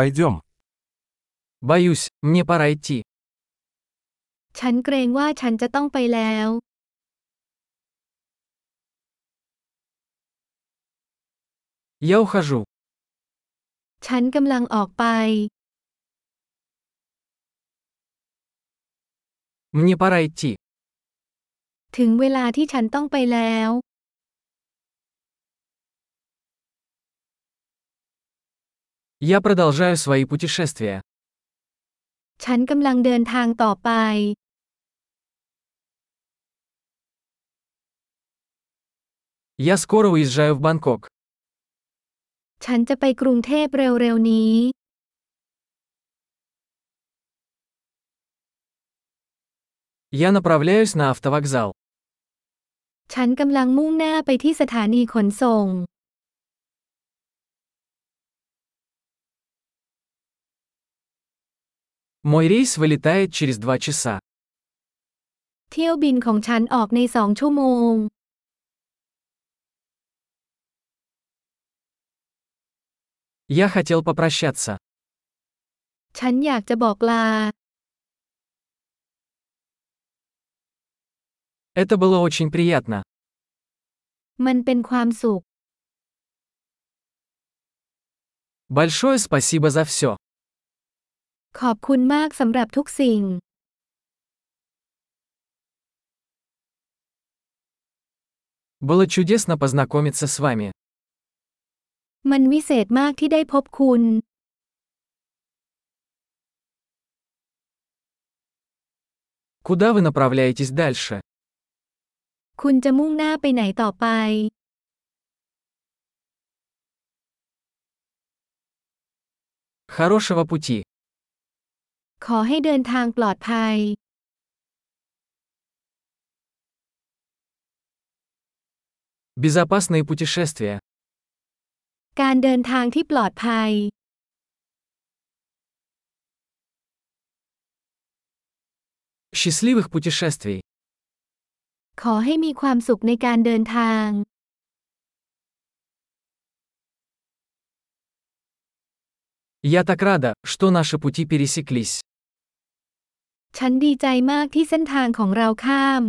Пойдем. Боюсь, мне пора идти. ฉันเกรงว่าฉันจะต้องไปแล้ว Я ухожу. ฉันกำลังออกไป Мне пора идти. ถึงเวลาที่ฉันต้องไปแล้ว Я продолжаю свои путешествия. ฉันกำลังเดินทางต่อไป Я скоро уезжаю в Бангкок. ฉันจะไปกรุงเทพเร็วๆนี้ Я направляюсь на автовокзал. ฉันกำลังมุ่งหน้าไปที่สถานีขนส่ง Мой рейс вылетает через два часа. เที่ยวบินของฉันออกในสองชั่วโมง Я хотел попрощаться. ฉันอยากจะบอกลา Это было очень приятно. มันเป็นความสุข Большое спасибо за все. ขอบคุณมากสำหรับทุกสิ่ง Было чудесно познакомиться с вами. มันวิเศษมากที่ได้พบคุณ Куда вы направляетесь дальше? คุณจะมุ่งหน้าไปไหนต่อไป Хорошего пути. ขอให้เดินทางปลอดภัย Безопасные путешествия. การเดินทางที่ปลอดภัย Счастливых путешествий. ขอให้มีความสุขในการเดินทาง Я так рада, что наши пути пересеклись. ฉันดีใจมากที่เส้นทางของเราข้าม